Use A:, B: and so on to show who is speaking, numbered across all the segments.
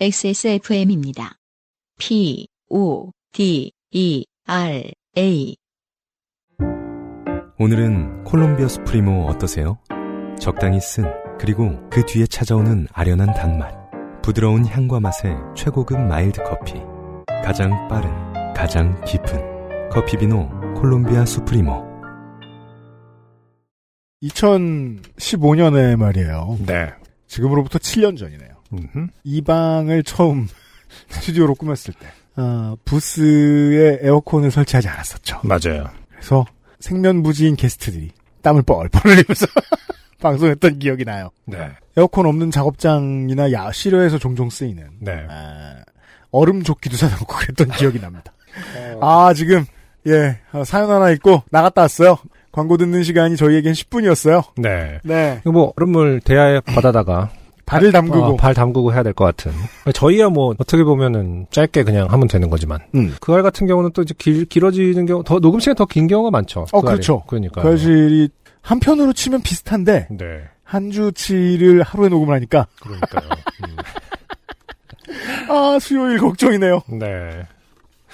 A: XSFM입니다. P, O, D, E, R, A.
B: 오늘은 콜롬비아 수프리모 어떠세요? 적당히 쓴, 그리고 그 뒤에 찾아오는 아련한 단맛. 부드러운 향과 맛의 최고급 마일드 커피. 가장 빠른, 가장 깊은. 커피비노 콜롬비아 수프리모.
C: 2015년에 말이에요.
D: 네.
C: 지금으로부터 7년 전이네요.
D: 음흠.
C: 이 방을 처음 스튜디오로 꾸몄을 때, 아, 부스에 에어컨을 설치하지 않았었죠.
D: 맞아요.
C: 그래서 생면부지인 게스트들이 땀을 뻘뻘 흘리면서 방송했던 기억이 나요.
D: 네.
C: 에어컨 없는 작업장이나 야, 실외에서 종종 쓰이는,
D: 네.
C: 아, 얼음 조끼도 사놓고 그랬던 기억이 납니다. 아, 지금, 예, 어, 사연 하나 있고 나갔다 왔어요. 광고 듣는 시간이 저희에겐 10분이었어요.
D: 네.
C: 네.
D: 이거 뭐 얼음물 대야에 받아다가
C: 발을 음. 담그고.
D: 어, 발 담그고 해야 될 것 같은. 저희야 뭐 어떻게 보면은 짧게 그냥 하면 되는 거지만
C: 음.
D: 그 알 같은 경우는 또 이제 길, 길어지는 경우 더 녹음 시간 이 더 긴 경우가 많죠.
C: 어,
D: 그 알이.
C: 그렇죠.
D: 그러니까.
C: 사실이 한편으로 치면 비슷한데
D: 네.
C: 한 주치를 하루에 녹음을 하니까
D: 그러니까요.
C: 아 수요일 걱정이네요.
D: 음. 네.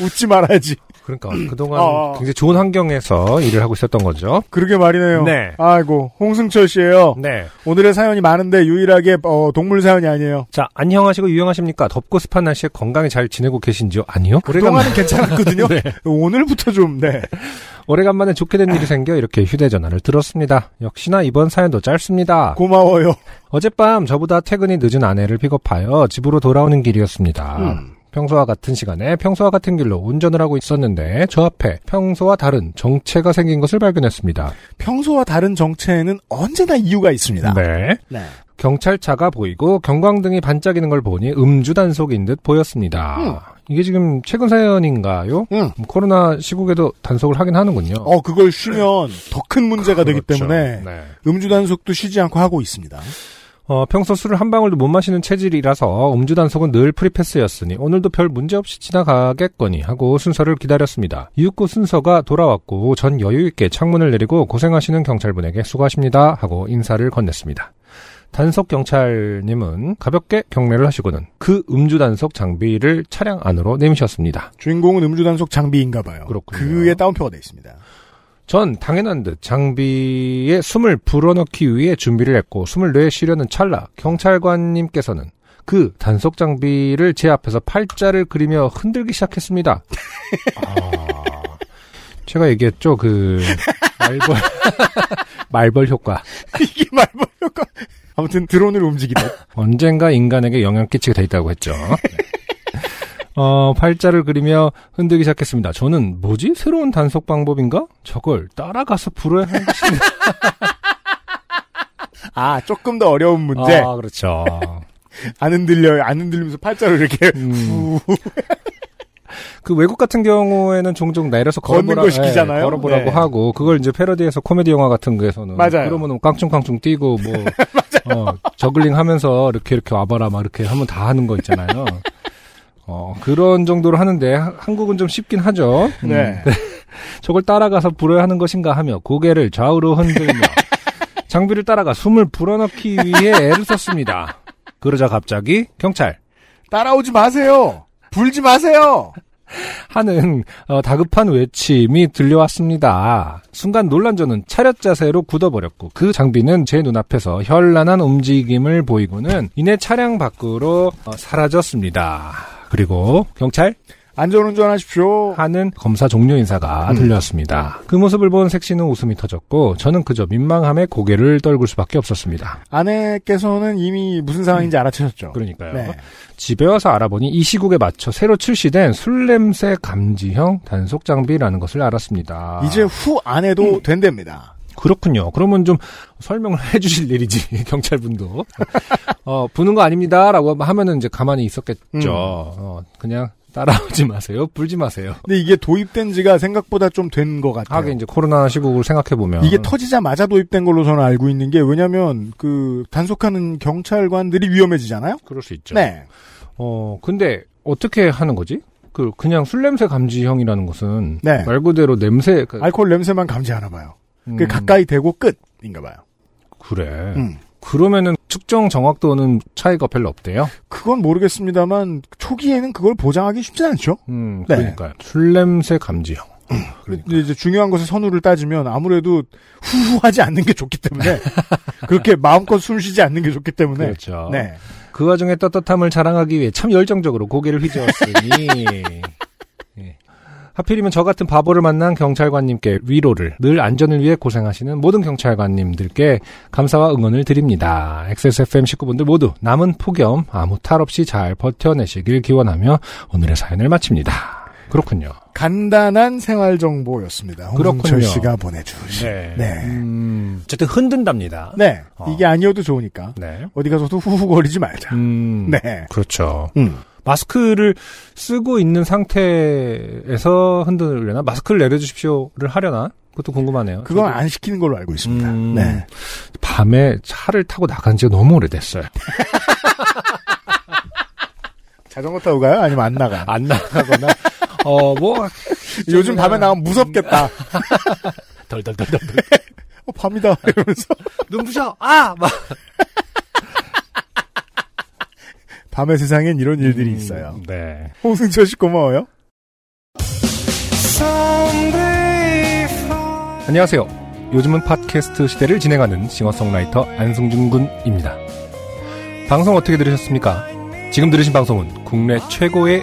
C: 웃지 말아야지.
D: 그러니까 그동안
C: 어.
D: 굉장히 좋은 환경에서 일을 하고 있었던 거죠.
C: 그러게 말이네요.
D: 네.
C: 아이고 홍승철 씨예요.
D: 네.
C: 오늘의 사연이 많은데 유일하게 어, 동물 사연이 아니에요.
D: 자, 안녕하시고 유용하십니까? 덥고 습한 날씨에 건강히 잘 지내고 계신지요? 아니요. 오래간만에,
C: 그동안은 괜찮았거든요.
D: 네.
C: 오늘부터 좀 네.
D: 오래간만에 좋게 된
C: 아.
D: 일이 생겨 이렇게 휴대전화를 들었습니다. 역시나 이번 사연도 짧습니다.
C: 고마워요.
D: 어젯밤 저보다 퇴근이 늦은 아내를 픽업하여 집으로 돌아오는 길이었습니다.
C: 음.
D: 평소와 같은 시간에 평소와 같은 길로 운전을 하고 있었는데 저 앞에 평소와 다른 정체가 생긴 것을 발견했습니다.
C: 평소와 다른 정체에는 언제나 이유가 있습니다.
D: 네.
C: 네.
D: 경찰차가 보이고 경광등이 반짝이는 걸 보니 음주 단속인 듯 보였습니다.
C: 음.
D: 이게 지금 최근 사연인가요? 뭐
C: 응.
D: 코로나 시국에도 단속을 하긴 하는군요.
C: 어 그걸 쉬면 더 큰 문제가 되기
D: 그렇죠.
C: 때문에
D: 네.
C: 음주 단속도 쉬지 않고 하고 있습니다.
D: 어, 평소 술을 한 방울도 못 마시는 체질이라서 음주 단속은 늘 프리패스였으니 오늘도 별 문제 없이 지나가겠거니 하고 순서를 기다렸습니다. 이윽고 순서가 돌아왔고 전 여유 있게 창문을 내리고 고생하시는 경찰분에게 수고하십니다 하고 인사를 건넸습니다. 단속 경찰님은 가볍게 경례를 하시고는 그 음주 단속 장비를 차량 안으로 내미셨습니다.
C: 주인공은 음주 단속 장비인가 봐요.
D: 그렇군요.
C: 그에 따옴표가 돼 있습니다.
D: 전 당연한 듯 장비에 숨을 불어넣기 위해 준비를 했고 숨을 내쉬려는 찰나 경찰관님께서는 그 단속 장비를 제 앞에서 팔자를 그리며 흔들기 시작했습니다. 아, 제가 얘기했죠 그 말벌 말벌 효과
C: 이게 말벌 효과. 아무튼 드론을 움직이다.
D: 언젠가 인간에게 영향 끼치게 돼 있다고 했죠. 네. 어, 팔자를 그리며 흔들기 시작했습니다. 저는 뭐지? 새로운 단속 방법인가? 저걸 따라가서 불어야 하는
C: 아 조금 더 어려운 문제.
D: 아, 그렇죠.
C: 안 흔들려요. 안 흔들리면서 팔자로 이렇게
D: 음.
C: 후.
D: 그 외국 같은 경우에는 종종 내려서
C: 걷는
D: 걸어보라,
C: 걸 시키잖아요.
D: 예, 걸어보라고
C: 네.
D: 하고 그걸 이제 패러디해서 코미디 영화 같은 거에서는
C: 맞아요.
D: 그러면 뭐 깡충깡충 뛰고 뭐 어, 저글링 하면서 이렇게 이렇게 와봐라 막 이렇게 하면 다 하는 거 있잖아요. 어, 그런 정도로 하는데 하- 한국은 좀 쉽긴 하죠. 음.
C: 네.
D: 저걸 따라가서 불어야 하는 것인가 하며 고개를 좌우로 흔들며 장비를 따라가 숨을 불어넣기 위해 애를 썼습니다. 그러자 갑자기 경찰
C: 따라오지 마세요. 불지 마세요.
D: 하는 어, 다급한 외침이 들려왔습니다. 순간 놀란 저는 차렷 자세로 굳어버렸고 그 장비는 제 눈앞에서 현란한 움직임을 보이고는 이내 차량 밖으로 어, 사라졌습니다. 그리고 경찰
C: 안전운전하십시오.
D: 하는 검사 종료 인사가
C: 음.
D: 들려왔습니다. 그 모습을 본 색시는 웃음이 터졌고 저는 그저 민망함에 고개를 떨굴 수밖에 없었습니다.
C: 아내께서는 이미 무슨 상황인지 알아채셨죠.
D: 그러니까요.
C: 네.
D: 집에 와서 알아보니 이 시국에 맞춰 새로 출시된 술 냄새 감지형 단속 장비라는 것을 알았습니다.
C: 이제 후 안 해도
D: 음.
C: 된답니다.
D: 그렇군요. 그러면 좀 설명을 해주실 일이지 경찰분도 어 부는 거 아닙니다라고 하면은 이제 가만히 있었겠죠.
C: 음.
D: 어, 그냥 따라오지 마세요, 불지 마세요.
C: 근데 이게 도입된 지가 생각보다 좀 된 것 같아요.
D: 하긴 이제 코로나 시국을 생각해 보면
C: 이게 터지자마자 도입된 걸로 저는 알고 있는 게 왜냐면 그 단속하는 경찰관들이 위험해지잖아요.
D: 그럴 수 있죠.
C: 네.
D: 어 근데 어떻게 하는 거지? 그 그냥 술 냄새 감지형이라는 것은
C: 네. 아,
D: 말 그대로 냄새 그,
C: 알코올 냄새만 감지하나 봐요.
D: 음,
C: 그
D: 네.
C: 가까이 대고 끝인가 봐요.
D: 그래.
C: 음.
D: 그러면은 측정 정확도는 차이가 별로 없대요.
C: 그건 모르겠습니다만 초기에는 그걸 보장하기 쉽지 않죠.
D: 음,
C: 네.
D: 그러니까 술 냄새 감지형. 그러니까.
C: 근데 이제 중요한 것의 선우를 따지면 아무래도 후후하지 않는 게 좋기 때문에 그렇게 마음껏 숨 쉬지 않는 게 좋기 때문에
D: 그렇죠.
C: 네.
D: 그 와중에 떳떳함을 자랑하기 위해 참 열정적으로 고개를 휘저었으니 예. 하필이면 저 같은 바보를 만난 경찰관님께 위로를 늘 안전을 위해 고생하시는 모든 경찰관님들께 감사와 응원을 드립니다. XSFM 식구분들 모두 남은 폭염 아무 탈 없이 잘 버텨내시길 기원하며 오늘의 사연을 마칩니다. 그렇군요.
C: 간단한 생활 정보였습니다.
D: 그렇군요.
C: 홍철 씨가 보내주신. 네. 네.
D: 음, 어쨌든 흔든답니다.
C: 네.
D: 어.
C: 이게 아니어도 좋으니까
D: 네.
C: 어디 가서도 후후거리지 말자.
D: 음,
C: 네.
D: 그렇죠.
C: 음.
D: 마스크를 쓰고 있는 상태에서 흔들려나 마스크를 내려주십시오를 하려나 그것도 궁금하네요.
C: 그건
D: 저도-
C: 안 시키는 걸로 알고 있습니다.
D: 음.
C: 네.
D: 밤에 차를 타고 나간 지가 너무 오래됐어요. 음.
C: 자전거 타고 가요? 아니면 안 나가?
D: 안 나가거나 어뭐
C: 요즘 밤에 나가면 무섭겠다.
D: 덜덜덜덜
C: 어, 밤이다. 이러면서.
D: 눈부셔 아막
C: 밤의 세상엔 이런 일들이 있어요.
D: 네.
C: 홍승철 씨 고마워요.
D: 안녕하세요. 요즘은 팟캐스트 시대를 진행하는 싱어송라이터 안승준 군입니다. 방송 어떻게 들으셨습니까? 지금 들으신 방송은 국내 최고의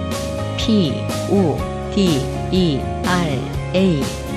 A: P O D E R A